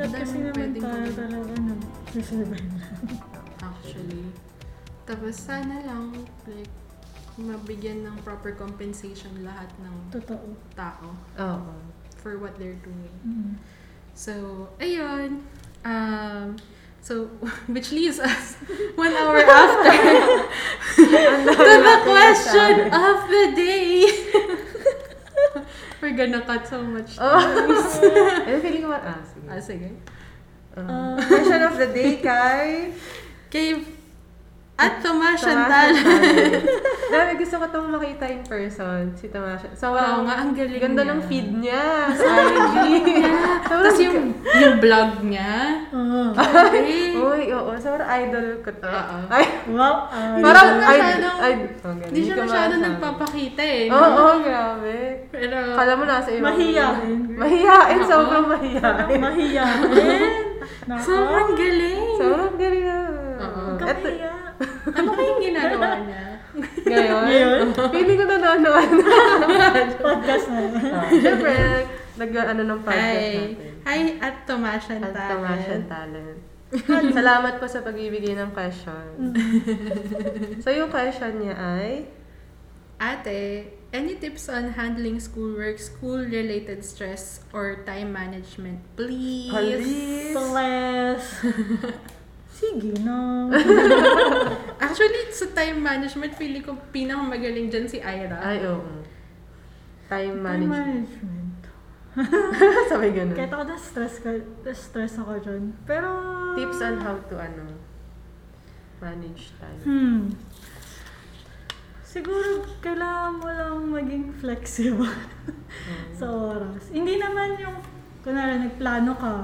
Dapat kasi daming naman pwedeng tayo gawin. talaga ano, reserve lang. actually. Tapos sana lang, like, mabigyan ng proper compensation lahat ng Totoo. tao Oo. for what they're doing. Mm. So, ayun. Um, so, which leaves us one hour after to the question of the day. We're gonna cut so much. Oh. Ano feeling ko ba? Ah, sige. Ah, sige. Ah. question of the day kay... Kay at Tomas Tamasha Chantal. Talent. Dami, gusto ko itong makita in person, si Tamasha. Oo So, wow, nga, ang galing ganda niya. ng feed niya sa IG. Tapos yung, yung vlog niya. Oo. Okay. Uy, oo, sobrang idol ko to. Oo. Ay, Wow. ah, parang siya masyadong- Hindi Hindi siya masyado nagpapakita eh. Oo, no? oo, grabe. Pero, Kala mo nasa iyo. oh. Mahiyain. Mahiyain, Oo. sobrang eh. mahiyain. mahiya. Nako. sobrang galing. Sobrang galing na. Oo. Eto, Kapahiya. ano kayang ginagawa niya? ngayon, Ngayon? feeling ko nanonood. Podcast na. Siyempre, nag-ano ng podcast Hi. natin. Hi at Tomas At Chantal. Tamasha Talent. Salamat po sa pagbibigay ng question. so, yung question niya ay, Ate, any tips on handling schoolwork, school-related stress, or time management, please? Please. Bless. Sige na. Actually, sa time management, feeling ko pinakamagaling dyan si Ira. ay, oo. Time Time management. management. Sabi ganun. Kahit ako na stress ka, stress ako dyan. Pero... Tips on how to, ano, manage time. Hmm. Siguro kailangan mo lang maging flexible sa oras. Hindi naman yung, kunwari nagplano ka,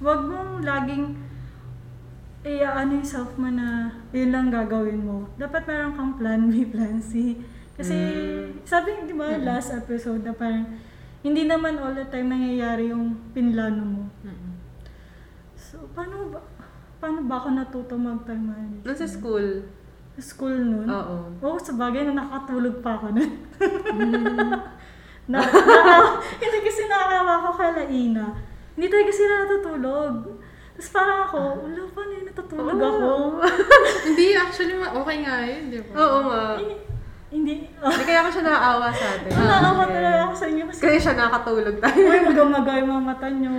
wag mong laging iaano yung self mo na yun lang gagawin mo. Dapat meron kang plan B, plan C. Kasi sabi, di ba, last episode na parang hindi naman all the time nangyayari yung pinlano mo. Mm-mm. So, paano ba, paano ba ako natuto mag-time management? Nung sa school, School nun? oo. Oo, sa bagay na nakatulog pa ako nun. na, na- hindi kasi nakakawa ko kala Ina. Hindi talaga sila natutulog. Tapos parang ako, wala pa na yun, natutulog Ah. ako. Hindi, actually, ma- okay nga yun, di ba? Oo nga. Eh, Hindi. Hindi kaya ko siya naaawa sa atin. Ang nakawa talaga ako sa inyo kasi Kaya siya nakatulog tayo. Uy, magamaga yung mga mata nyo.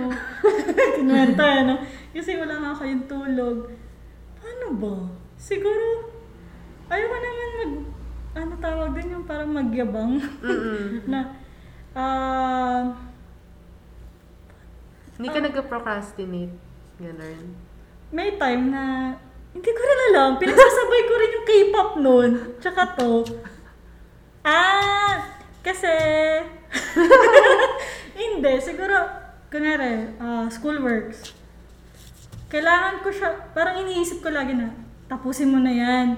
Kinuwenta, ano? Kasi wala nga kayong tulog. Paano ba? Siguro, ayoko naman mag, ano tawag din yung parang magyabang. na, ah, Hindi ka nag-procrastinate. Ganun. may time na, hindi ko rin alam, pinagsasabay ko rin yung K-pop noon. Tsaka to. Ah, kasi, hindi, siguro, kunwari, ah, school works. Kailangan ko siya, parang iniisip ko lagi na, tapusin mo na yan.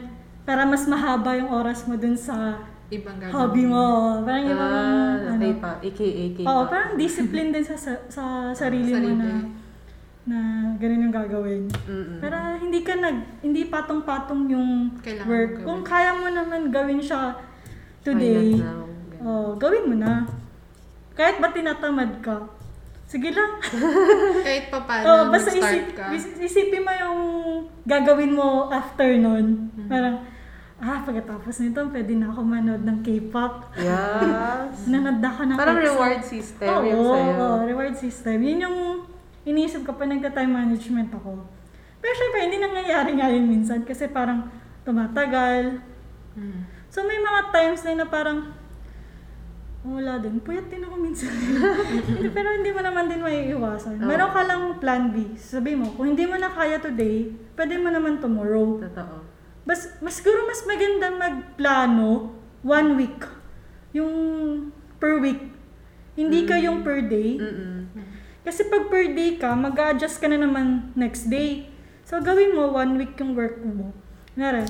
Para mas mahaba yung oras mo dun sa Ibang gagawin. hobby mo. Parang yung mga, Ah, ano, K-pop. AKA K-pop. Oo, parang discipline din sa, sa, sa sarili, mo Sarili. na na ganun yung gagawin. Mm-mm. Para hindi ka nag hindi patong-patong yung Kailangan work. mo gawin. Kung kaya mo naman gawin siya Why today, not now? Ganun. oh, gawin mo na. Kahit ba tinatamad ka. Sige lang. Kahit pa paano, Oo, basta mag-start isip, ka. is- isipin mo yung gagawin mo after nun. Mm-hmm. Parang, ah, pagkatapos nito, pwede na ako manood ng K-pop. Yes. Nanood na ako ng Parang EXO. reward system Oo, yung sa'yo. oo, reward system. Yun yung iniisip ko pa nagka-time management ako. Pero syempre, hindi nangyayari nga yun minsan kasi parang tumatagal. Mm. Hmm. So may mga times na, na parang, "Oh, wala din. Puyat din ako minsan. Hindi, pero hindi mo naman din may iwasan. Oo. Meron ka lang plan B. Sabi mo, kung hindi mo na kaya today, pwede mo naman tomorrow. Totoo. Mas, mas siguro mas maganda magplano one week. Yung per week. Hindi ka yung per day. Mm-mm. Kasi pag per day ka, mag-adjust ka na naman next day. So, gawin mo one week yung work mo. Nara,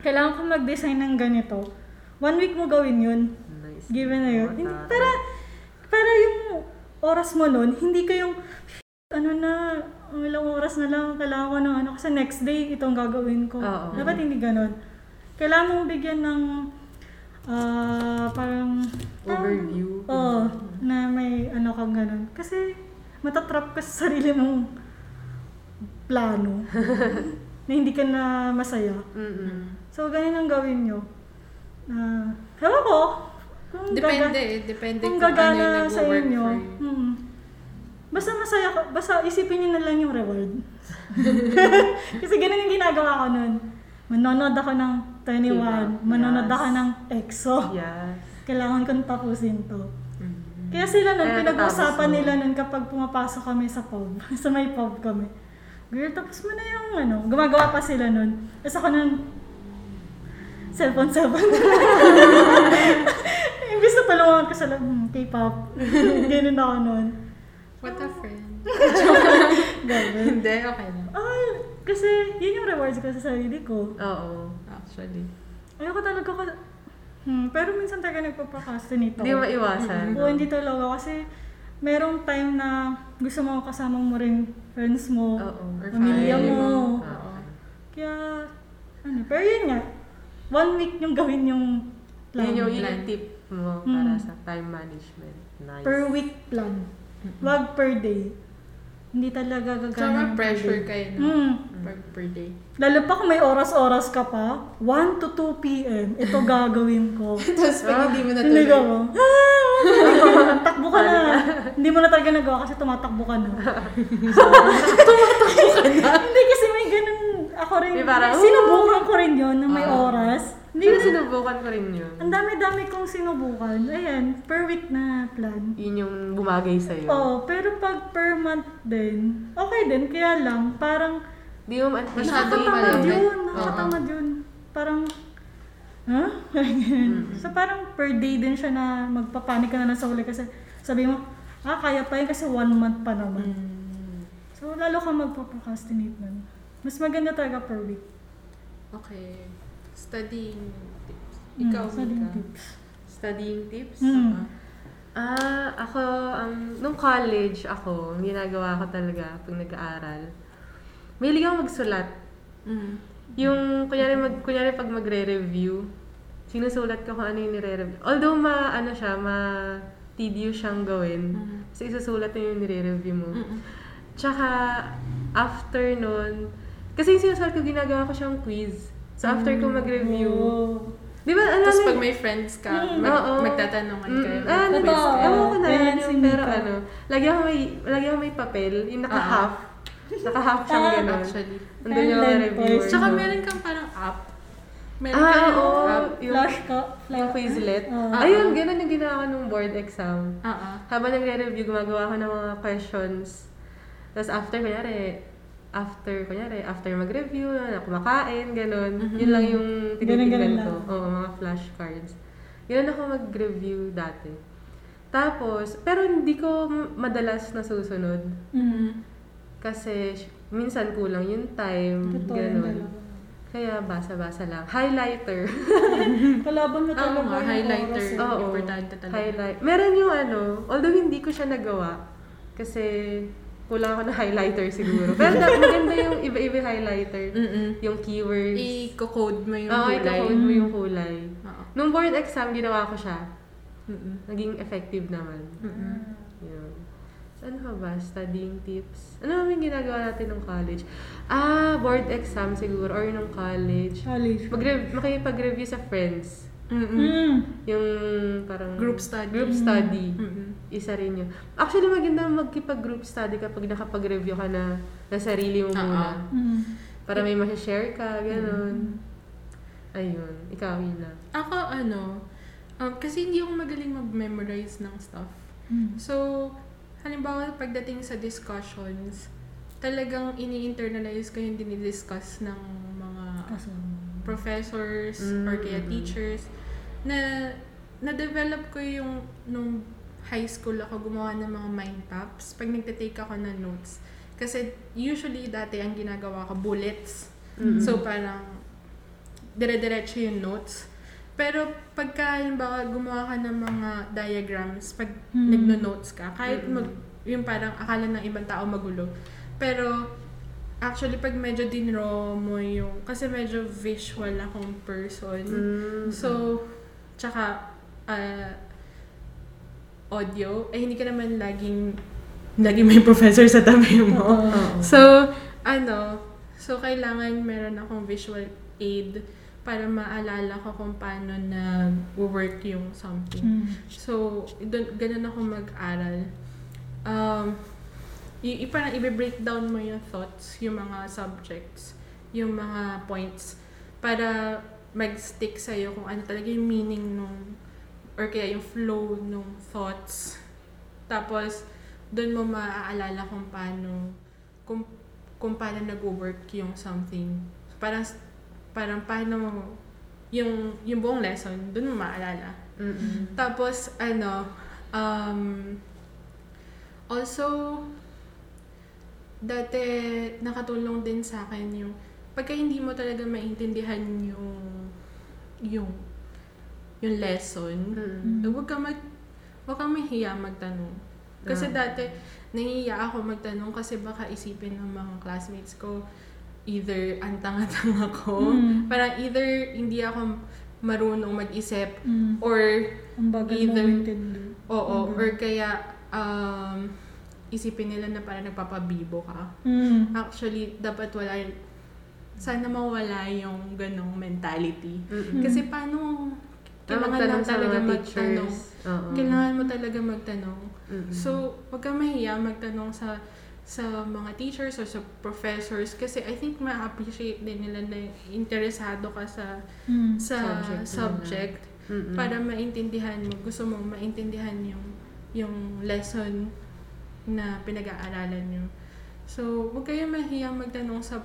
kailangan ko mag-design ng ganito. One week mo gawin yun. Nice. Given na yun. Hindi, Tama. para, para yung oras mo nun, hindi ka yung, ano na, ang ilang oras na lang, kailangan ko ng ano, kasi next day, itong gagawin ko. Oo. Dapat hindi ganun. Kailangan mong bigyan ng, ah, parang, Overview. Oo, na may ano kang ganun. Kasi, matatrap ka sa sarili mong plano na hindi ka na masaya. Mm-mm. So, ganyan ang gawin nyo. Uh, ewan ko. Kung Depende eh. Depende kung kung, ano yung gagana nag-work sa inyo. for you. Mm. Basta masaya ko, basta isipin nyo na lang yung reward. Kasi ganun yung ginagawa ko nun. Manonood ako ng 21, Diba? manonood Yes. ako ng EXO. Yes. Mm-hmm. Kailangan kong tapusin to. Kaya sila nun, Kaya pinag-usapan natapos mo. nila nun kapag pumapasok kami sa pub, sa may pub kami. Girl, tapos mo na yung ano. Gumagawa pa sila nun. Tapos ako nun, cellphone, cellphone. Imbis na tulungan ko sa lab, hmm, K-pop. Ganun ako nun. What a friend. Ganun. Hindi. Okay lang. Ay, kasi yun yung rewards ko sa sarili ko. Oo. Actually. Ayoko talaga ko. Hmm, pero minsan talaga nagpapakastinate Hindi ako. maiwasan. Oo, hindi talaga. Kasi merong time na gusto mo kasama mo rin friends mo, Oo. Or pamilya family mo. mo. Oo. Kaya, ano, pero yun nga. One week yung gawin yung plan. Yun yung, yun Plan. yung tip mo Mm. para sa time management. Nice. Per week plan. Wag per day. Hindi talaga gagana. Tsaka ng per pressure day. kayo na Mm. per, per day. Lalo pa kung may oras-oras ka pa, 1 to 2 p.m. Ito gagawin ko. Tapos pag hindi mo Ah, Hindi natuloy. ka mo. Ah, takbo ka na. Hindi mo na talaga nagawa kasi tumatakbo ka na. tumatakbo ka na? Hindi kasi may ganun ako rin. May parang, sinubukan ko rin yun na may Ah. oras. Hindi Hindi ko na. sinubukan ko rin yun. Ang dami-dami kong sinubukan. Ayan, per week na plan. Yun yung bumagay sa'yo. Oo, pero pag per month din, okay din. Kaya lang, parang Di mo man- Masyado Nakakatamad malapit. yun. Oo. Nakakatamad yun. Parang, huh? Ganyan. so parang per day din siya na magpapanik ka na lang sa huli kasi sabi mo, ah, kaya pa yun kasi one month pa naman. Hmm. So lalo kang magpaprocrastinate nun. Mas maganda talaga per week. Okay. Studying tips. Mm, Ikaw, sa din Mika. tips. Studying tips? Mm. Ah. Ah, ako, um, nung college ako, ang ginagawa ko talaga pag nag-aaral, mahilig ako magsulat. Mm. Yung, kunyari, mag, kunyari pag magre-review, sinusulat ko kung ano yung nire-review. Although, ma, ano siya, ma tedious siyang gawin. Mhm. Kasi isusulat na yung nire-review mo. Hmm. Mm-mm. Tsaka, after nun, kasi yung sinusulat ko, ginagawa ko siyang quiz. So, after ko mag-review, Oo. di ba, ano Mm. Tapos ano- pag may friends ka, Mm, mag- oo. magtatanungan kayo. Mm, ah, Mag-quiz totoo. nabis- kayo. Ewan ko na Ayan, yun, si yung, pero Mika. ano, lagi ako may, lagi ako may papel, yung naka-half. Naka-half siyang Ah, ganun. Actually. Nandun yung Talent reviewer. boys. Tsaka meron kang parang app. Meron Ah, kang oo. app. Yung- Flash ka. Yung Quizlet. Oo. Ayun, ganun yung ginawa ko nung board exam. Ah, ah. Habang nagre-review, gumagawa ko ng mga questions. Tapos after, kunyari, after, kunyari, after mag-review, na kumakain, ganun. Yun lang yung Ganun-ganun tinitignan Mm-hmm. lang. ko. Oo, mga flashcards. Ganun ako mag-review dati. Tapos, pero hindi ko madalas nasusunod. Mm. Kasi sh- minsan kulang yung time, Totoo yun ganun. talaga. Kaya basa-basa lang. Highlighter. Kalaban na Oo talaga nga, yung highlighter. oras eh. Oo. Importante talaga. Highlight. Meron yung ano, although hindi ko siya nagawa. Kasi kulang ako ng highlighter siguro. Pero dapat maganda yung iba-iba yung highlighter. Mm-mm. Yung keywords. I-code Mm-hmm. mo yung Oo, kulay. Mm. ikaw mo yung kulay. Oo. Mm-hmm. Nung board exam, ginawa ko siya. Mm-mm. Naging effective naman. Mm-hmm. Mm-mm. Yun. Ano pa ba? Studying tips? Ano naman yung ginagawa natin nung college? Ah, board exam siguro or nung college. College. Magre- makipag-review sa friends. Mm-mm. Mm. Yung parang... Mm-hmm. Group study. Mm-hmm. Group study. Mm-mm. Isa rin yun. Actually, maganda magkipag-group study kapag nakapag-review ka na na sarili mo Oo. muna. Mm. Para may masashare ka, ganun. Mm-hmm. Ayun. Ikaw, Ina. Ako, ano, um, kasi hindi ako magaling mag-memorize ng stuff. Mm. So, halimbawa, pagdating sa discussions, talagang ini-internalize ko yung dinidiscuss ng mga Kaso. professors or kaya Mm. teachers na na-develop ko yung nung high school ako gumawa ng mga mind maps pag nagte-take ako ng notes. Kasi usually dati ang ginagawa ko bullets. Mm. Mm-hmm. So parang dire-diretso yung notes. Pero pagka halimbawa gumawa ka ng mga diagrams pag Mm. nagno-notes ka, kahit mag, yung parang akala ng ibang tao magulo. Pero actually pag medyo dinraw mo yung, kasi medyo visual akong person. Mm. So, tsaka ah, audio, eh hindi ka naman laging lagi may professor sa tabi mo. Oo. So, ano, so kailangan meron akong visual aid para maalala ko kung paano nag-work yung something. Mm. So, dun, ganun ako mag-aral. Um, y- y- parang i-breakdown mo yung thoughts, yung mga subjects, yung mga points, para mag-stick sa'yo kung ano talaga yung meaning nung, or kaya yung flow nung thoughts. Tapos, doon mo maaalala kung paano, kung, kung paano nag-work yung something. Parang, parang paano, yung, yung buong lesson, doon mo maaalala. Mm-mm. Tapos, ano, um, also, dati nakatulong din sa akin yung, pagka hindi mo talaga maintindihan yung, yung, yung lesson, Mm-mm. Mm. eh, huwag ka mag, huwag kang mahiya magtanong. Kasi Ah. dati, nahihiya ako magtanong kasi baka isipin ng mga classmates ko, either ang tanga-tanga ko, Mm. parang either hindi ako marunong mag-isip, Mm. or Ang bagal mo Either. maintindi. Oo, Mhm. or kaya um, isipin nila na parang nagpapabibo ka. Mm. Mm-hmm. Actually, dapat wala, sana mawala yung ganong mentality. Mm-mm. Kasi paano, Tama, kailangan lang tanong Mm-hmm. Ah, sa talaga mga magtanong. teachers. Mm. Mm-hmm. Oo. Kailangan mo talaga magtanong. Mm-mm. So, wag kang mahiya magtanong sa sa mga teachers or sa professors kasi I think ma-appreciate din nila na interesado ka sa Mm. sa Subject nila. subject Mm-mm. para maintindihan mo, gusto mong maintindihan yung yung lesson na pinag-aaralan nyo. So, huwag kayong mahiyang magtanong sa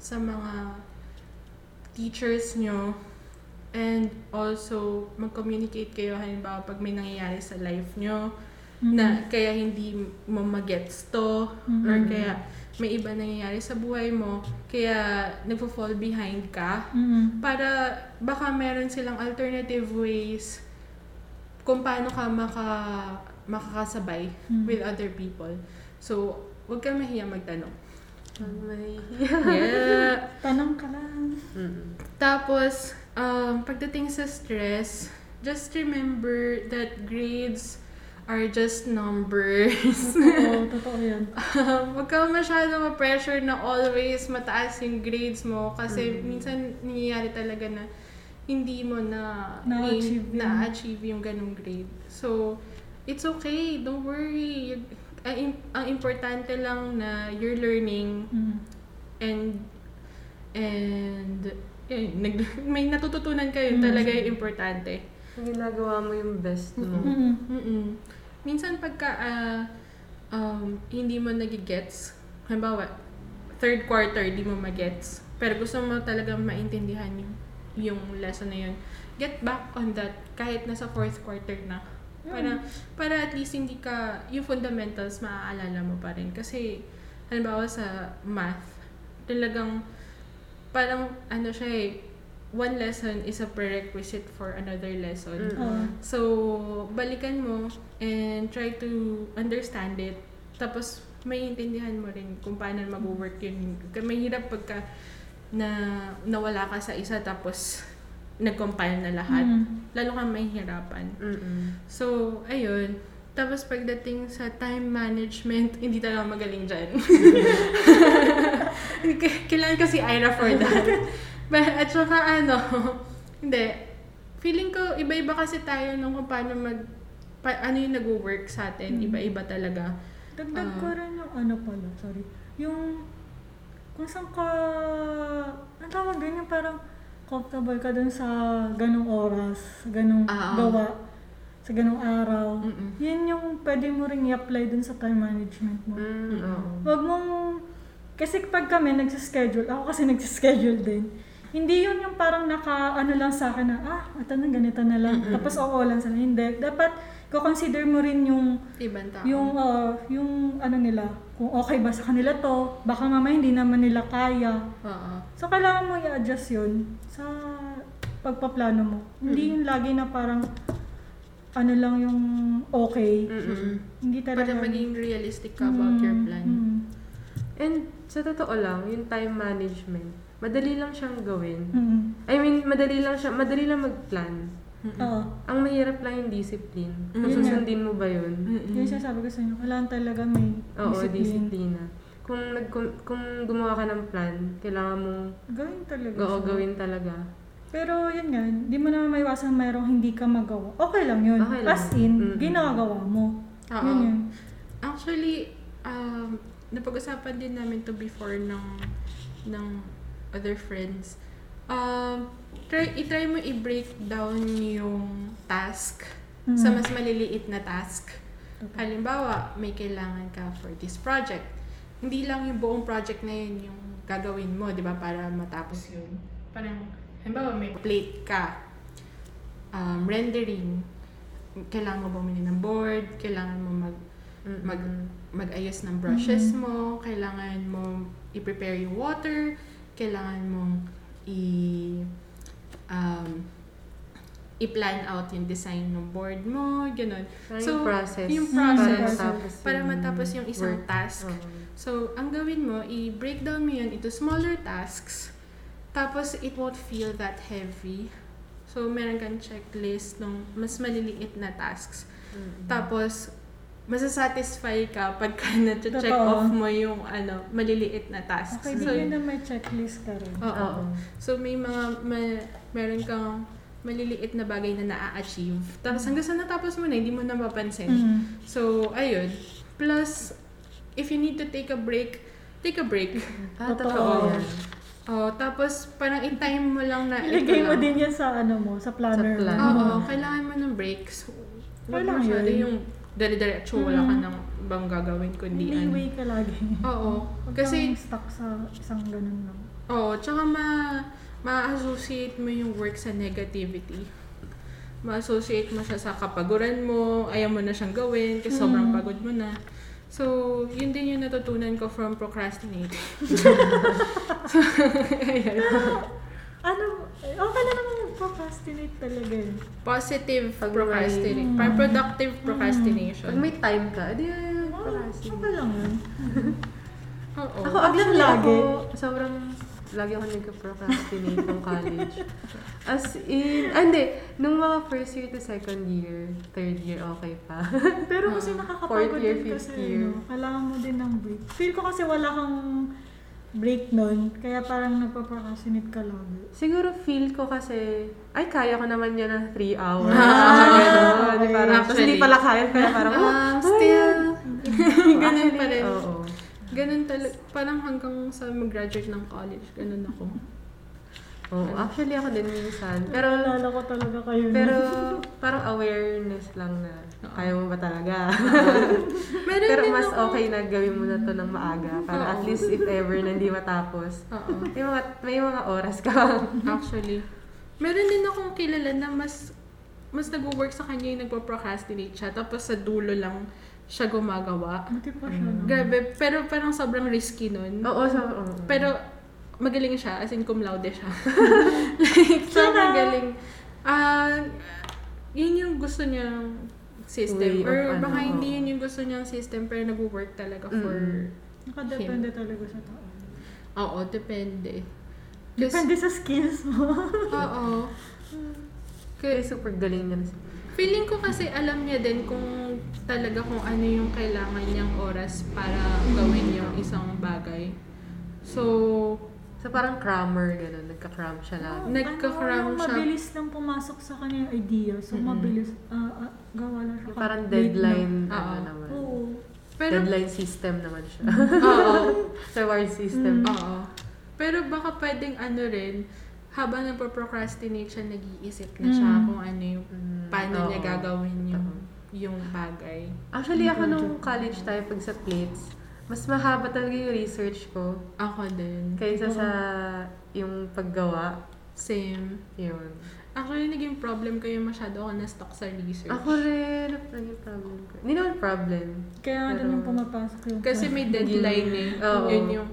sa mga teachers nyo and also mag-communicate kayo halimbawa pag may nangyayari sa life nyo Mm. na kaya hindi mo magets to Mhm. or kaya may iba nangyayari sa buhay mo kaya nagpo-fall behind ka Mm. para baka meron silang alternative ways kung paano ka maka, makakasabay Mm. with other people. So, huwag ka mahiya magtanong. Ang may- Yeah. Tanong ka lang. Mm-mm. Tapos, um, pagdating sa stress, just remember that grades are just numbers. Totoo, totoo yun. Um, huwag ka masyado ma-pressure na always mataas yung grades mo kasi Mm. minsan nangyayari talaga na hindi mo na Na-achieve yun. na-achieve yung ganong grade. So, it's okay. Don't worry. You- Ang, im- ang importante lang na you're learning Mm. and and eh, nag- may natututunan kayo Mm. talaga yung importante. Ginagawa mo yung best mo. Mm. Mm-mm. Minsan pagka ah, um, hindi mo nagigets, halimbawa, third quarter, di mo magets, pero gusto mo talaga maintindihan yung, yung lesson na yun, get back on that kahit nasa fourth quarter na. Para, para at least hindi ka, yung fundamentals maaalala mo pa rin. Kasi, halimbawa sa math, talagang, parang ano siya eh, one lesson is a prerequisite for another lesson. Mm. Oo. So, balikan mo and try to understand it. Tapos, may intindihan mo rin kung paano mag-work yun. Kasi Mahirap pagka na nawala ka sa isa tapos nag-compile na lahat. Mm. Lalo kang mahihirapan. Mm-mm. So, ayun. Tapos pagdating sa time management, hindi talaga magaling dyan. K- Kailangan kasi Ira for that. But, at saka ano, hindi. Feeling ko, iba-iba kasi tayo nung kung paano mag... pa- ano yung nag-work sa atin. Mm. Iba-iba talaga. Dagdag Ah. ko rin yung ano pala, sorry. Yung kung saan ka, ang tawag dun yung parang comfortable ka dun sa ganong oras, ganong Ah, ah. gawa, sa ganong araw. Mm-mm. Yun yung pwede mo ring i-apply dun sa time management mo. Mm, oo. Huwag mong... Kasi pag kami nagsischedule, ako kasi nagsischedule din, hindi yun yung parang naka, ano lang sa akin na, ah, ito na, ganito na lang. Tapos oo lang sa Hindi. Dapat, ko-consider mo rin yung, Ibang tao. yung, ah, yung ano nila, kung okay ba sa kanila to, baka mamaya hindi naman nila kaya. Oo. So, kailangan mo i-adjust yun sa pagpaplano mo. Hindi yung lagi na parang, ano lang yung okay. Mm-mm. Hindi talaga. Para maging realistic ka about your plan. Mm. And sa totoo lang, yung time management, madali lang siyang gawin. Mm. I mean, madali lang siya, madali lang mag-plan. Oo. Ang mahirap lang yung discipline. Mm. Kung Yun nga. susundin mo ba yun? Mm-hmm. Yun siya sabi ko sa inyo, kailangan talaga may Oo, discipline. disiplina. Kung, nag, kung, kung gumawa ka ng plan, kailangan mong Gawin talaga go siya. gawin talaga. Pero yun nga, di mo naman maiwasan mayroong hindi ka magawa. Okay lang yun. Okay lang. As in, Mm. ginagawa mo. Oo. Yun yun. Actually, um, napag-usapan din namin to before ng, ng other friends. Um, try, itry mo i-break down yung task Mm. sa mas maliliit na task. Okay. Halimbawa, may kailangan ka for this project. Hindi lang yung buong project na yun yung gagawin mo, di ba, para matapos yun. Parang, halimbawa, may plate ka. Um, rendering. Kailangan mo bumili ng board, kailangan mo mag, Mm-mm. mag, mag-ayos ng brushes mo, kailangan mo i-prepare yung water, kailangan mong i- um, i-plan out yung design ng board mo, ganun. Parang yung process. Yung Mm, process. Para process. matapos Para matapos yung isang work. Oh. task. Oo. So, ang gawin mo, i-break down mo yun into smaller tasks. Tapos, it won't feel that heavy. So, meron kang checklist ng mas maliliit na tasks. Tapos, masasatisfy ka pagka na-check Totoo. off mo yung ano, maliliit na tasks. Okay, di so, yun na may checklist ka rin. oo. Oo. So, may mga, may, meron kang maliliit na bagay na naa-achieve. Tapos, hanggang sa natapos mo na, hindi mo napapansin. Mm. So, ayun. Plus, if you need to take a break, take a break. Ah, Totoo. totoo yan. Oh, tapos parang i-time mo lang na ito Ilagay lang. mo din yan sa ano mo, sa planner Sa plan. mo. Oo, kailangan mo ng break. So, wag Kailangan masyado yun. Mm. yung dali-diretso, wala ka nang bang gagawin kundi May ano. way ka lagi. Oo, Huwag kasi- kang stuck sa isang ganun lang. Oo, tsaka ma ma-associate mo yung work sa negativity. Ma-associate mo siya sa kapaguran mo, ayaw mo na siyang gawin kasi Mm. sobrang pagod mo na. So, yun din yung natutunan ko from procrastinating. Ano, eh, okay lang naman mag-procrastinate talaga eh. Positive Pag may- Mm. procrastination. Parang productive procrastination. Pag may time ka, edi Ah, Oh, procrastinate. okay lang yun. Oo. Ako, Wag lang actually, lagi. ako, sobrang lagi ako nagka-procrastinate ng college. As in, ah, hindi, nung mga first year to second year, third year, okay pa. Pero kasi nakakapagod Ah, Fourth year, din kasi, fifth year. no? kailangan mo din ng break. Feel ko kasi wala kang break nun, kaya parang nagpa-procrastinate ka lagi. Siguro feel ko kasi, ay, kaya ko naman yan ng three hours. Ah, Ah, ganun. okay. Parang, tapos hindi Actually. pala kaya, kaya parang, ah." oh, Um, still, ganun actually, pa rin. Oo. Ganun talaga. Parang hanggang sa mag-graduate ng college, ganun ako. Oo, actually ako din minsan. Pero Pero, naalala ko talaga kayo. pero parang awareness lang na Oo. kaya mo ba talaga? Meron Pero din mas ako- okay na gawin mo na to ng maaga para Oo. at least if ever na hindi matapos. Oo. May mga, may mga oras ka. Actually. Meron din akong kilala na mas mas nag-work sa kanya yung nagpo-procrastinate siya. Tapos sa dulo lang siya gumagawa. Buti pa siya. Mm-hmm. no? Grabe. Pero parang sobrang risky nun. Oo, so, oo. Pero magaling siya, as in cum laude siya. like, sobrang Tara! galing. Ah, yun yung gusto niyang Way system. of Or ano, baka oo. hindi yun yung gusto niyang system, pero nag-work talaga for... Mm. Nakadepende talaga sa tao. Oo, depende. Kasi- Depende sa skills mo. Oo. kaya Kasi, super galing niya. feeling ko kasi alam niya din kung talaga kung ano yung kailangan niyang oras para gawin yung isang bagay. So, So parang crammer, gano'n. Nagka-cram siya lagi. Nagka-cram Ano, yung siya. Mabilis lang pumasok sa kanya yung idea. So, mabilis. ah, ah, gawa lang siya. Parang Wait deadline, Oo. ano lang. naman. Oo. pero... Deadline system naman siya. Oo. Reward system. Oo. Pero baka pwedeng ano rin, habang nagpo-procrastinate siya, nag-iisip na siya Mm. kung ano yung, Mm, paano niya oo. gagawin yung, Tama. yung bagay. Actually, ako nung college tayo pag sa plates, mas mahaba talaga yung research ko Ako din. kaysa sa yung paggawa. Same. Yun. Actually, naging problem ko yung masyado ako na-stuck sa research. Ako rin, naging problem ko. Hindi naman problem. Kaya nga Pero- doon yung pumapasok yung... Kasi may deadline eh. Mm. Oo. Yun yung...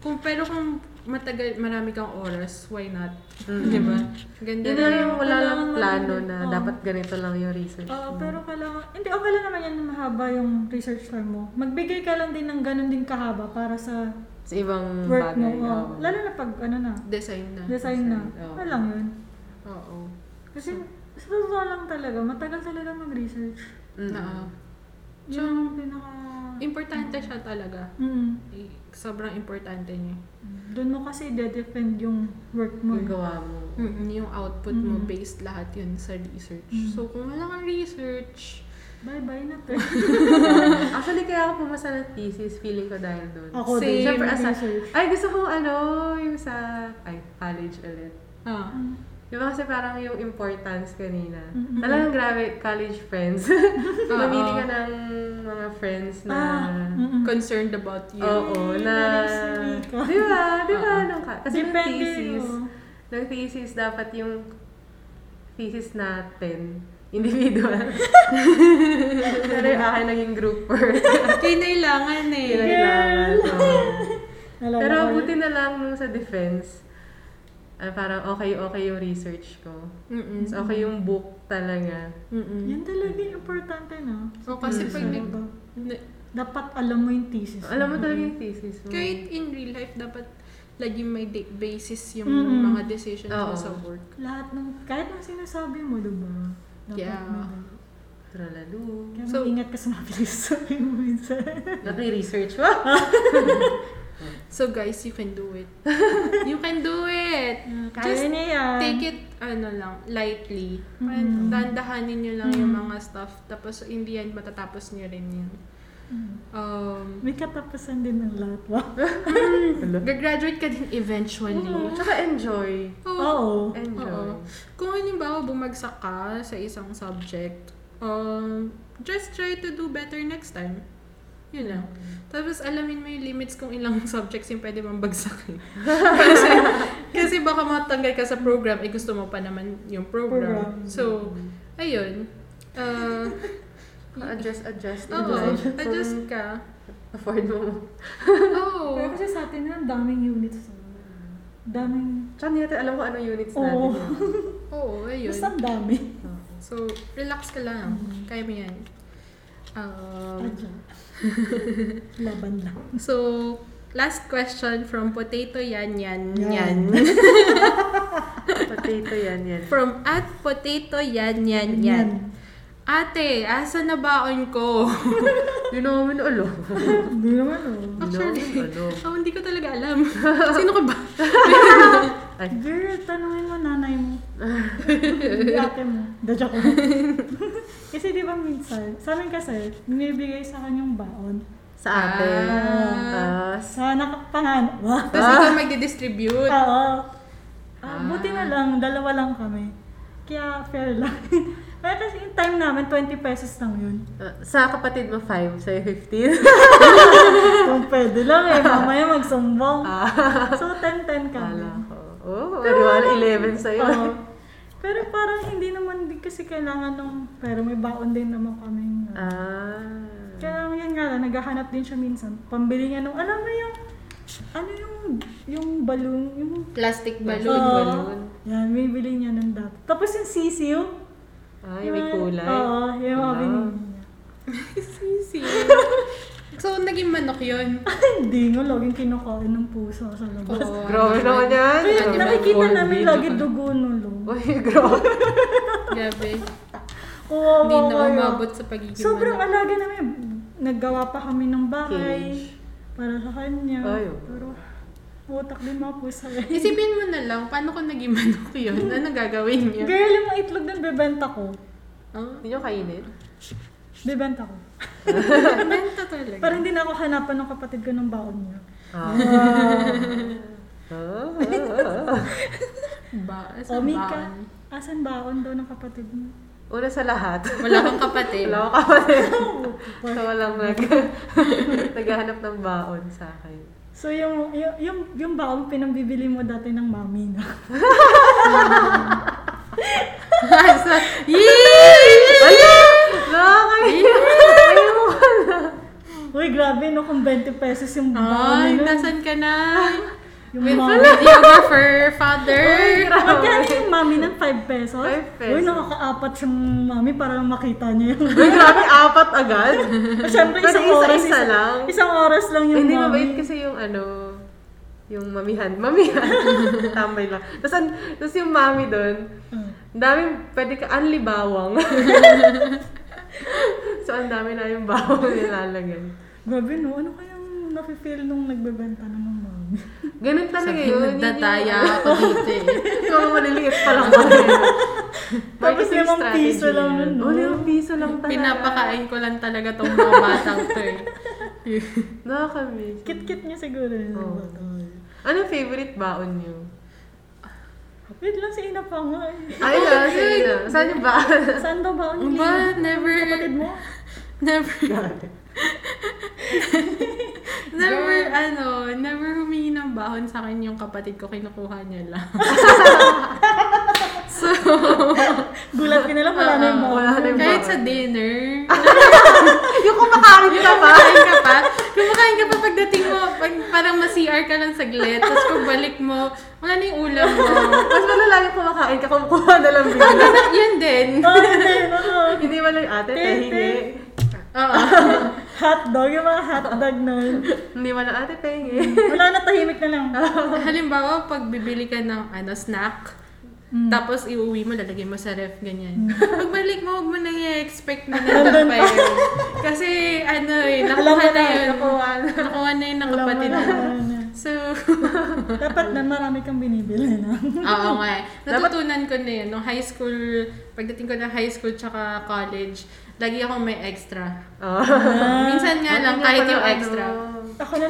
Kung, pero kung matagal, marami kang oras, why not? Mm. Di ba? Ganda Yun rin lang yung wala lang Kailangan plano mag- na Oo. dapat ganito lang yung research Oo, mo. Ah, pero kailangan... Hindi, okay lang naman yan na mahaba yung research time mo. Magbigay ka lang din ng ganun din kahaba para sa sa ibang work mo. Hmm, bagay. oo. oo. Lalo na pag ano na, design na. design na. Design, oo. Ano lang yun. Oo. Kasi Sa totoo lang talaga, matagal talaga mag-research. Mm. Oo. Yun Tsaka- ang pinaka... Importante siya talaga. Mm. I- Sobrang importante niya. Doon mo kasi de-depend yung work mo. Yung gawa mo. Mm, Yung output mo Mm. based lahat yun sa research. Mm. So, kung wala kang research, Bye-bye na to. Actually, kaya ako pumasa ng thesis, feeling ko dahil doon. Ako Same. din. Siyempre, as a- research. Ay, gusto kong ano, yung sa, ay, college ulit. ah, Mm. Di ba kasi parang yung importance kanina. Mm-mm. Talagang grabe, college friends. Oo. Mamili ka ng mga friends na... Ah, mm-mm. concerned about you. Oo, na... Narinig ko. Di ba? Di ba? Oo. Anong ka? Kasi ng Depende thesis, yun. ng thesis, dapat yung thesis natin, individual. Pero yung akin naging group work. Kailangan eh. Kailangan. oo. Nalala Pero ko buti yun. na lang nung sa defense, ah, parang okay-okay yung research ko. Mm-mm. Mas okay yung book talaga. Mm-mm. Yun talaga yung importante na. O, kasi pag nag... na- Dapat alam mo yung thesis. Alam mo talaga yung thesis mo. Kahit in real life, dapat lagi may da- basis yung Mm-mm. mga decisions mo Oo. sa work. Lahat ng, kahit ang sinasabi mo, diba? Dapat Yeah. may- Tralalu. Kaya So- ingat ka sa mga pinagsasabi mo minsan. Naki-research mo? So guys, you can do it. you can do it! Mm, Kaya Just niya yan. Take it, ano lang, lightly. Mm. And Dandahanin nyo lang yung Mm. mga stuff. Tapos, in the end, matatapos nyo rin yun. Mm. Um, May katapusan din ng lahat. Wow. Ano? gagraduate ka din eventually. Tsaka enjoy. Oo. Oo. Enjoy. Oo. Kung halimbawa bumagsak ka sa isang subject, um, just try to do better next time. Yun lang. Tapos alamin mo yung limits kung ilang subjects yung pwede mong bagsakin. kasi, kasi baka matanggal ka sa program, eh gusto mo pa naman yung program. Program. So, ayun. Uh, Adjust, adjust, oo, adjust. adjust ka. Afford mo. Pero Oo. kasi sa atin na, ang daming units. Daming, Tsaka hindi natin alam kung ano units natin. Oo. yun. Oo, ayun. basta ang dami. So, relax ka lang. Kaya mo yan. Um, Adya. Laban lang. So, last question from Potato Yan Yan Yan. Yan. eh. Potato yan, yan. From at Potato Yan Yan Yan. Ate, asa na baon ko? Yun naman ulo. Hindi naman oh. Actually, ano? oh, hindi ko talaga alam. Sino ka ba? Girl, tanungin mo nanay mo. Hindi ate mo. Da joke lang. kasi di ba minsan, sa amin kasi, binibigay sa akin yung baon. Sa atin. Ah. Ah. Sa nakapangan. Wow. Tapos ikaw magdidistribute. Oo. Ah, buti na lang, dalawa lang kami. Kaya fair lang. Pero kasi yung time namin, 20 pesos lang yun. Ah, sa kapatid mo, 5. Sa'yo, 15. Kung pwede lang eh, mamaya magsumbong. So, 10-10 kami. Kala ko. Oh, Pero, 11 sa'yo. Oo. Pero parang hindi naman din kasi kailangan ng, pero may baon din naman kami. Ah. Kaya yun nga lang, naghahanap din siya minsan. Pambili niya nung, alam mo yung, ano yung, yung balloon, yung... Plastic balloon. Oo. balloon. Yan, may bili niya nun dati. Tapos yung sisiyo. Ay, may kulay. Oo, yung mga Wow. binili niya. Sisi. so, naging manok yun. Hindi nga, laging kinakain ng puso sa labas. Oo, Grabe ano naman yun. yan. Kaya Animal nakikita Gold namin video lagi ka. dugo nulo. Uy, grabe. Grabe. Oo, Hindi na oo, oo. umabot sa pagiging Sobrang manok. alaga namin. Naggawa pa kami ng bahay. Cage. Para sa kanya. Ay, oo. Pero utak din mga pusa ano. eh. Isipin mo na lang, paano kung naging manok yun? Ano gagawin niya? Girl, yung mga itlog doon, bebenta ko. Oh, Hindi nyo kainin? Bebenta ko. Benta talaga. Pero hindi na ako hanapan ng kapatid ko ng baon niya. Ah. Ah. Ba, O, saan Mika, baan? asan baon daw ng kapatid mo? Una sa lahat. Wala kang kapatid. Wala ko kapatid. so, walang nag... naghahanap ng baon sa akin. So yung, yung, yung, yung baon pinambibili mo dati ng mami na. Asa? Ala! Nakakahiya! Ayaw mo pala. Uy, grabe no, kung 20 pesos yung baon Ay, nun. nasan ka na? Yung With mami. videographer, father. Magkano yung mami ng 5 pesos? 5 pesos. Uy, nakakaapat siyang mami para makita niya yung... Uy, grabe, apat agad? Siyempre, Pero isang isa-isa oras. lang? Isang oras lang yung Hindi mami. mabait kasi yung ano, Yung mamihan. Mamihan. Tambay lang. Tapos, an- tapos yung mami doon, Mm. ang dami, pwede ka, anli bawang. so, ang dami na yung bawang nilalagay. Grabe no, ano kayang nafe-feel nung nagbebenta ng mga mami? Ganun talaga Sabi, yun. nagdataya ako dito eh. Yung mga maliliit pa lang pala yun. Tapos Marketing limang strategy piso lang yun. nun, no? Oh, limang piso lang talaga. Pinapakain ko lang talaga tong mga batang to eh. Nakakamiss. Kit-kit niya siguro yun. Oo. Oh. Ano favorite baon niyo? Wait lang, si Ina pa nga eh. Ay, na, sige na. Saan yung baon? Saan daw ba ang Ba, Kapatid never, mo? never, never, ano, never humingi ng bahon sa akin yung kapatid ko, kinukuha niya lang. so, Gulat ka nila, wala na yung Oo, mami. wala na yung kahit bahon. Ah. sa dinner, yung kumakain ka pa. kumakain ka pa, kumakain ka pa pagdating mo, pag, parang ma-CR ka lang saglit, tapos pagbalik mo, wala na yung ulam mo. Oh, Mas malala yung kumakain ka, kumukuha na lang bigla. Yun din. Oo, Oh, hindi, ano oo. Hindi mo lang, ate, Te, pahingi. Ah, Oo. Hotdog, yung mga hotdog nun. Hindi mo lang, ate, pahingi. Wala na, tahimik na lang. Halimbawa, pag bibili ka ng ano, snack, tapos iuwi mo, lalagay mo sa ref, ganyan. Pagbalik mo, huwag mo na i-expect na nandun pa yun. Kasi, ano eh, Alam mo nakuha na na, yun. nakuha Nakuha na yun ng Alam mo kapatid na, mo. wala na. So, Dapat na marami kang binibili na. oo nga. eh. Natutunan ko na yun. Nung high school, pagdating ko ng high school tsaka college, lagi akong may extra. Oh. Minsan nga lang, kahit yung extra. ano. Ako na,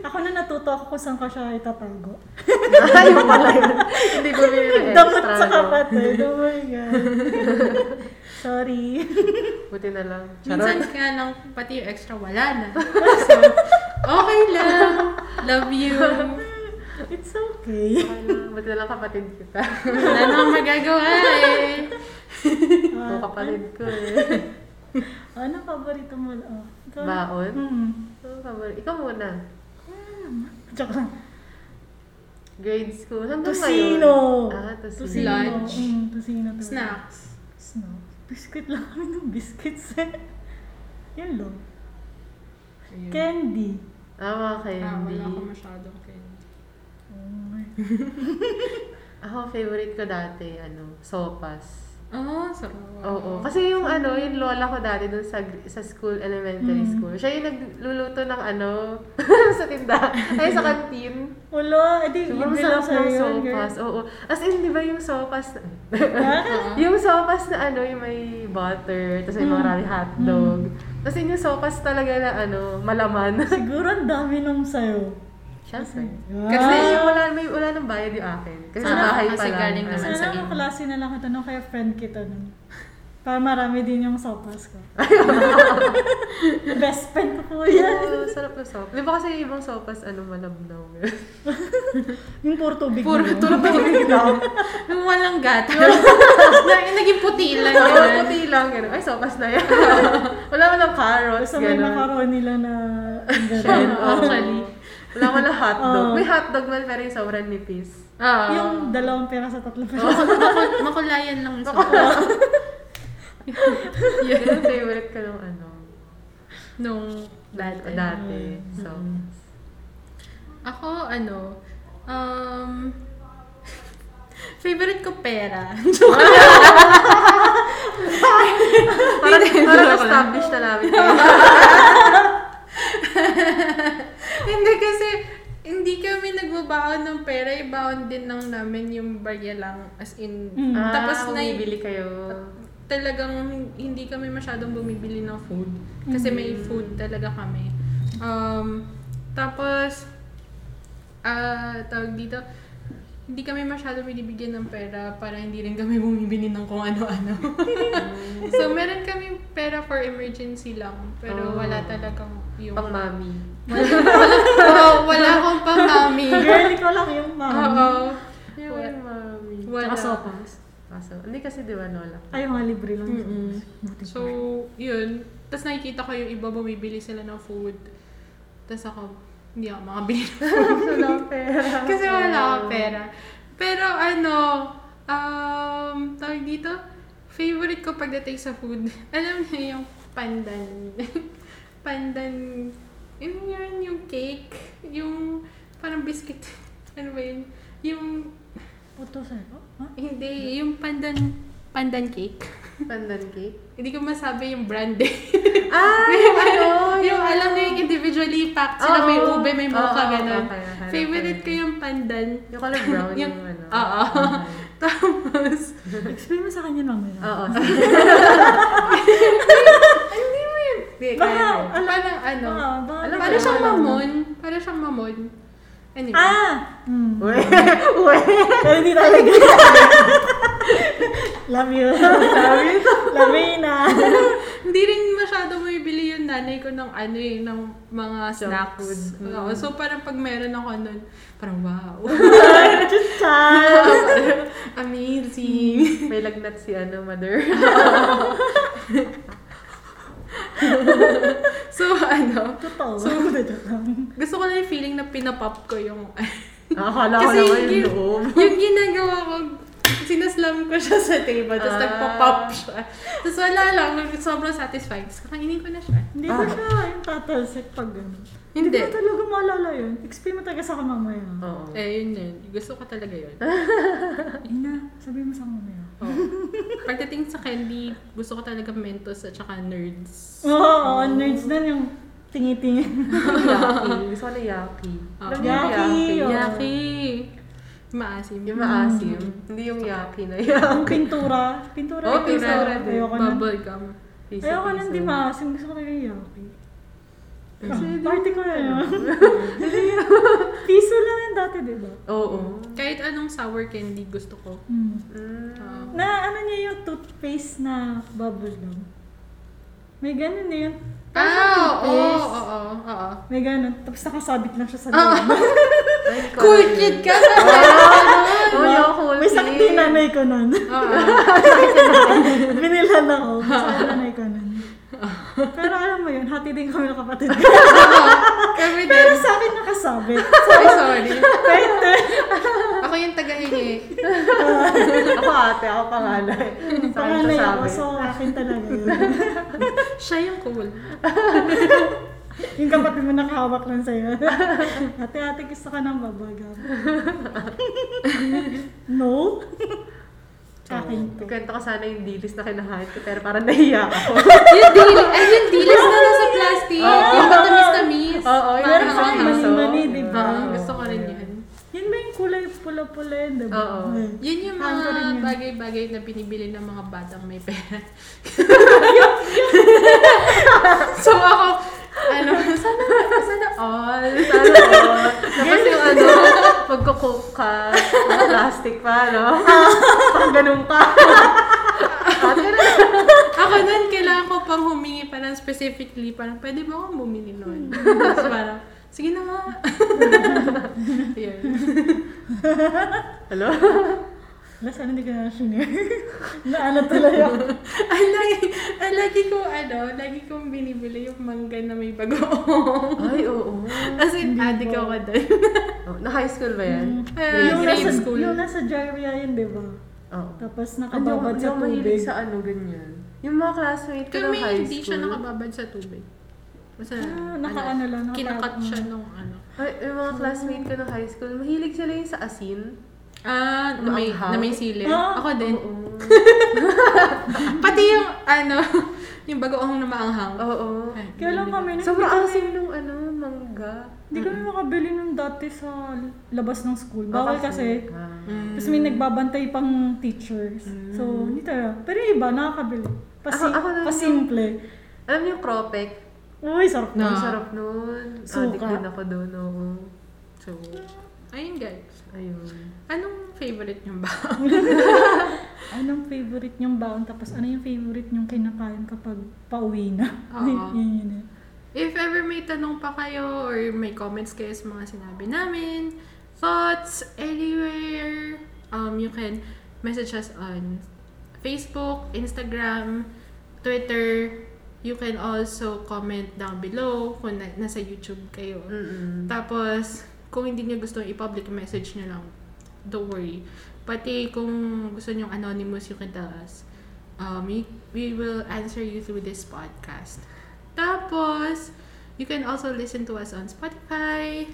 ako na natuto ako kung saan ko siya itatago. Ayaw ano. pala yun. Hindi ko yung Damot sa no? kapatid. Oh my God. Sorry. Buti na lang. Charot. Minsan nga lang, pati yung extra, wala na. So, okay lang. Love you. It's okay. Buti na lang kapatid kita. Wala na akong magagawa eh. Oo, Ah, kapatid ko eh. ano paborito mo? Oh, ikaw na. Baon? Hmm. Oo, kabal- Ikaw muna. Joke lang. Grade school. Hanggang Tusino. ngayon. Ah, tusino. Tusino. Lunch. Mm, tusino. talaga. Snacks. Snack. Biscuit lang kami ng biscuits eh. Yun lang. Candy. Ah, mga Ah, candy. wala ko masyadong candy. Oh my Ako, favorite ko dati, ano, sopas. Oh, sarap. Oo. Kasi yung ano, yung lola ko dati dun sa, gr- sa school, elementary Mm. school. Siya yung nagluluto ng ano, sa tindahan. Ay, sa kantin. Wala, edi Sobrang libre lang sarap sa'yo yun, ng sopas. girl. Ah, Oo. As in, di ba yung sopas, Ha? Oo. yung sopas na ano, yung may butter, tapos may Mm. marami hotdog. Tapos yun yung sopas talaga na ano, malaman. Siguro ang dami nung sa'yo. Ah. Siyempre. Mm-hmm. Kasi Kasi yung wala, may, wala ng bayad yung akin. Kasi sa Ah, bahay pa kasi lang. galing Ah. naman. sana sa ako inyo. klase na lang kita nung kaya friend kita nun. Para marami din yung sopas ko. Best friend ko po yan. Oo, sarap ng sopas. Di ba kasi yung ibang sopas, ano, malabnaw. Yung puro tubig. Puro na yun. tubig. Yung walang gato. Na- Naging puti lang Oo, yun. puti lang. Ganun. Ay, sopas na yan. wala mo ng carrots. Basta may ganun. macaroni nila na... Shell, ganun. oo. Actually. Wala mo ng hotdog. Oo. May hotdog man, pero yung sobrang nipis. Oo. Ah, Yung dalawang pera sa tatlong pera. Maku- maku- makulayan lang sa Yun ang favorite ko nung ano. nung dati. Dati. So, Ako, ano, um, favorite ko pera. Mm-hmm. parang, parang established na namin. hindi kasi, hindi kami nagbabaon ng pera, ibaon din lang namin yung barya lang. As in, Mm. Ah, tapos na bumibili kayo. talagang hin- hindi kami masyadong bumibili ng food. Kasi may food talaga kami. Um, tapos, ah, tawag dito, hindi kami masyado binibigyan ng pera para hindi rin kami bumibili ng kung ano-ano. so, meron kami pera for emergency lang. Pero Oh. wala talagang yung... Pang mami. Oo, wala akong pamami. Girl, ikaw lang yung mom. Oo. Yung Wala. mami. Wala. Tsaka sopas. Kaso, hindi kasi di ba lola? Ay, yung nga libre lang. yung Mm-mm. sopas. Buti So, yun. Tapos nakikita ko yung iba bumibili sila ng food. Tapos ako, hindi ako makabili. Wala akong pera. Kasi wala akong Oh. pera. Pero ano, um, tawag dito, favorite ko pagdating sa food. Alam niyo yung pandan. pandan, yun yun, yung cake. Yung Parang biscuit. ano ba yun? Yung, Puto sa'yo? Huh? hindi, yung pandan, pandan cake. Pandan cake? Hindi ko masabi yung brand eh. Ah! Yung ano? yung alam mo yung individually packed sila, may Oo. ube, may Oo, mocha, oo, ganun. okay, okay. Favorite ko yung pandan. Yung color brown yung, Yung- ano. Oo. Tapos, Explain mo sa kanya mamaya. Oo. hindi mo yun. Hindi, Baka, kaya na. alam, Parang ano, baka, baka, Alam para ko, siyang alam mo. mamon. Para siyang mamon. Anyway. Ah! Hmm. Uwe, uwe. Pero hindi talaga. Love you. Love you. Love you na. Hindi rin masyado may bili yung nanay ko ng ano eh, ng mga Junk snacks. food. Oo, so parang pag meron ako nun, parang wow. Chuchan. Amazing. May lagnat si ano, mother. so ano, Totoo. So, Totoo lang. gusto ko na yung feeling na pinapop ko yung... Akala ko naman yung loob. yung ginagawa ko, sinaslam ko siya sa table, tapos Ah. nagpa-pop siya. Tapos wala lang, sobrang satisfied. Tapos kakainin ko na siya. Hindi ko siya yung tatalsik pag gano'n. Hindi Hindi. ko talaga maalala yun. Explain mo talaga sa akin mamaya. Oo. Eh, yun yun. Gusto ko talaga yun. Ina, sabi mo sa akin mamaya. Oo. Pagdating sa candy, gusto ko talaga Mentos at saka Nerds. Oo, oh, nerds na yung tingi-tingi. Yaki. Gusto ko na yaki. Ah. Alam niyo yung Yaki, oo. Yaki! Maasim. Mm. Yung maasim. Hindi yung yaki na yaki. Yung pintura. Pintura. Oo, yung pintura isa. din. Ayoko nun. Oh, Bubble gum. Ayoko nun, di maasim. Gusto ko talaga yung yaki. Ah, Mm. Party ko na yun. Hindi yun. Piso lang yun dati, di ba? Oo. Kahit anong sour candy gusto ko. Hmm. Mm. Ah, Na ano niya yung toothpaste na bubblegum. May ganun na yun. Parang siyang ah, oo, toothpaste. oo, oo, oo. May ganun. Tapos nakasabit lang siya sa Ah. loob. Ay, Cool color. kid ka na! Oo, yung cool Ano? May sakit kid. yung nanay ko nun. Oo. Binilhan ako. May sakit yung nanay ko nun. Pero alam mo yun, hati din kami ng kapatid ko. Kami din. Pero sa akin nakasabit. Sorry, sorry. Pwede. Ako yung taga-hingi. ako ate, ako panganay. Sa akin Panganay ako, sasabi. so akin talaga yun. Siya yung cool. Yung kapatid mo nakahawak lang sa'yo. Ate-ate, gusto ka ng babagam. no? Akin to. Ikwento ko sana yung dilis na kinahain ko, pero parang nahiya ako. yung dili, ay yung dilis na nasa Ah, plastic. Yung matamis-tamis. Oo, yun. Meron Parang sa akin ano. mani-mani, di ba? Oo, gusto ko rin yun. Yun ba yung kulay pula-pula yun, di ba? Oo. Eh. Yun yung Ano rin mga yun? bagay-bagay na binibili ng mga batang may pera. so ako, ano, sana, sana all. Sana all. Tapos yung ano, pagkukook ka, mga plastic pa, no? Pag ganun ka. Ate ano? na. Ako nun, kailangan ko pang humingi parang specifically, parang pwede ba akong bumili nun? Hmm. Tapos parang, sige na nga. Yun. Hello? Wala, sana hindi ko na senior. Naano tuloy ako. Ang lagi, ang lagi ko, ano, lagi kong binibili yung mangga na may bagoong. Ay, oo. As in, addict ako doon. Oh, na high school ba yan? Ah, yung, grade nasa, school. yung nasa gyria yun, di ba? Oo. Tapos Hindi ako, nakababad hindi sa ako tubig. mahilig sa ano, ganyan. Yung mga classmate ko ng Kami, high hindi siya school. nakababad sa tubig. Basta, ano, Ah, nakaano lang, naka- kinakat siya nung ano. Ay, yung mga classmate ko ng high school, mahilig sila yung sa asin. Ah, na may, Maanghang? na may sili. Ah, Ako din. Oo. Pati yung, ano, yung bagoong na maanghang. Oo. Ay, Kaya lang kami nun, Sobrang hindi asim nung ano, mangga. kami- Hindi kami makabili nung dati sa labas ng school. Bawal kasi. Ah. Mm. Tapos may nagbabantay pang teachers. So, hindi talaga. Pero yung iba, nakakabili. Pasi, Ako- ako na- pasimple. Alam niyo yung cropek? Uy, sarap na. Na- Ang sarap nun. Suka. Adik din ako doon. Oo. So, ayun guys. Ayun. Anong favorite nyo ba? Anong favorite niyong baon? Tapos ano yung favorite niyong kinakain kapag pauwi na? Oo. yun yun eh. If ever may tanong pa kayo or may comments kayo sa mga sinabi namin, thoughts, anywhere, um, you can message us on Facebook, Instagram, Twitter. You can also comment down below kung na- nasa YouTube kayo. Mm-mm. Tapos, kung hindi nyo gusto i-public message nyo lang, don't worry. Pati kung gusto nyo anonymous, you can tell us. Um, we, we will answer you through this podcast. Tapos, you can also listen to us on Spotify,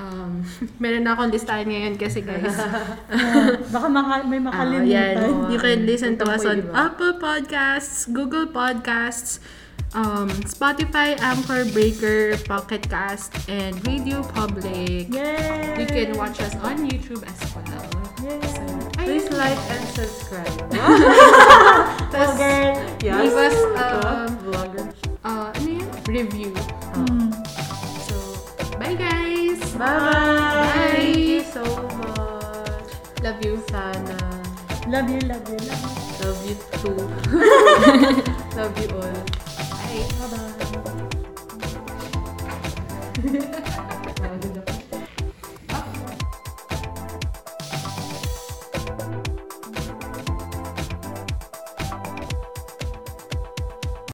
Um, meron na akong listahan ngayon kasi guys. Yeah. Baka maka- may makalimutan. Ah, yan. tayo. You can listen to Ito us po, on di ba? Apple Podcasts, Google Podcasts, um, Spotify, Anchor, Breaker, Pocket Cast, and Radio Public. Yay! You can watch us on YouTube as well. Yay! So, Please ayun. like and subscribe. Oh, girl. yes. Leave us, Ito, um, vlogger. Uh, ano yun? Review. Mm. So, bye guys! Bye! Thank you Bye. so much. Love you. Sana. Love you, love you, love you. Love you too. Love you all. Bye. Bye-bye.